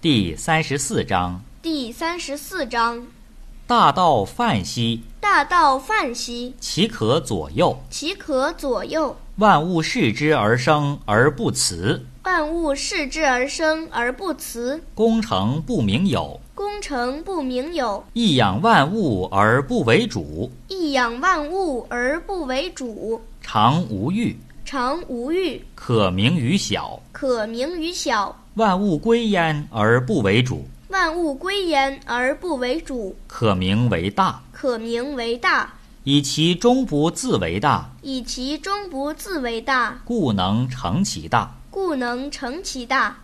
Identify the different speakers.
Speaker 1: 第三十四章：
Speaker 2: 第三十四章：
Speaker 1: 大道泛兮，
Speaker 2: 大道泛兮，
Speaker 1: 其可左右；
Speaker 2: 其可左右。
Speaker 1: 万物恃之而生而不辞，
Speaker 2: 万物恃之而生而不辞，
Speaker 1: 功成不名有；
Speaker 2: 功成不名有。
Speaker 1: 一养万物而不为主，
Speaker 2: 一养万物而不为主，
Speaker 1: 常无欲，
Speaker 2: 常无欲，
Speaker 1: 可名于小；
Speaker 2: 可名于小。
Speaker 1: 万物归焉而不为主，
Speaker 2: 万物归焉而不为主，
Speaker 1: 可名为大。
Speaker 2: 可名为大。
Speaker 1: 以其中不自为大，
Speaker 2: 以其中不自为大，
Speaker 1: 故能成其大。
Speaker 2: 故能成其大。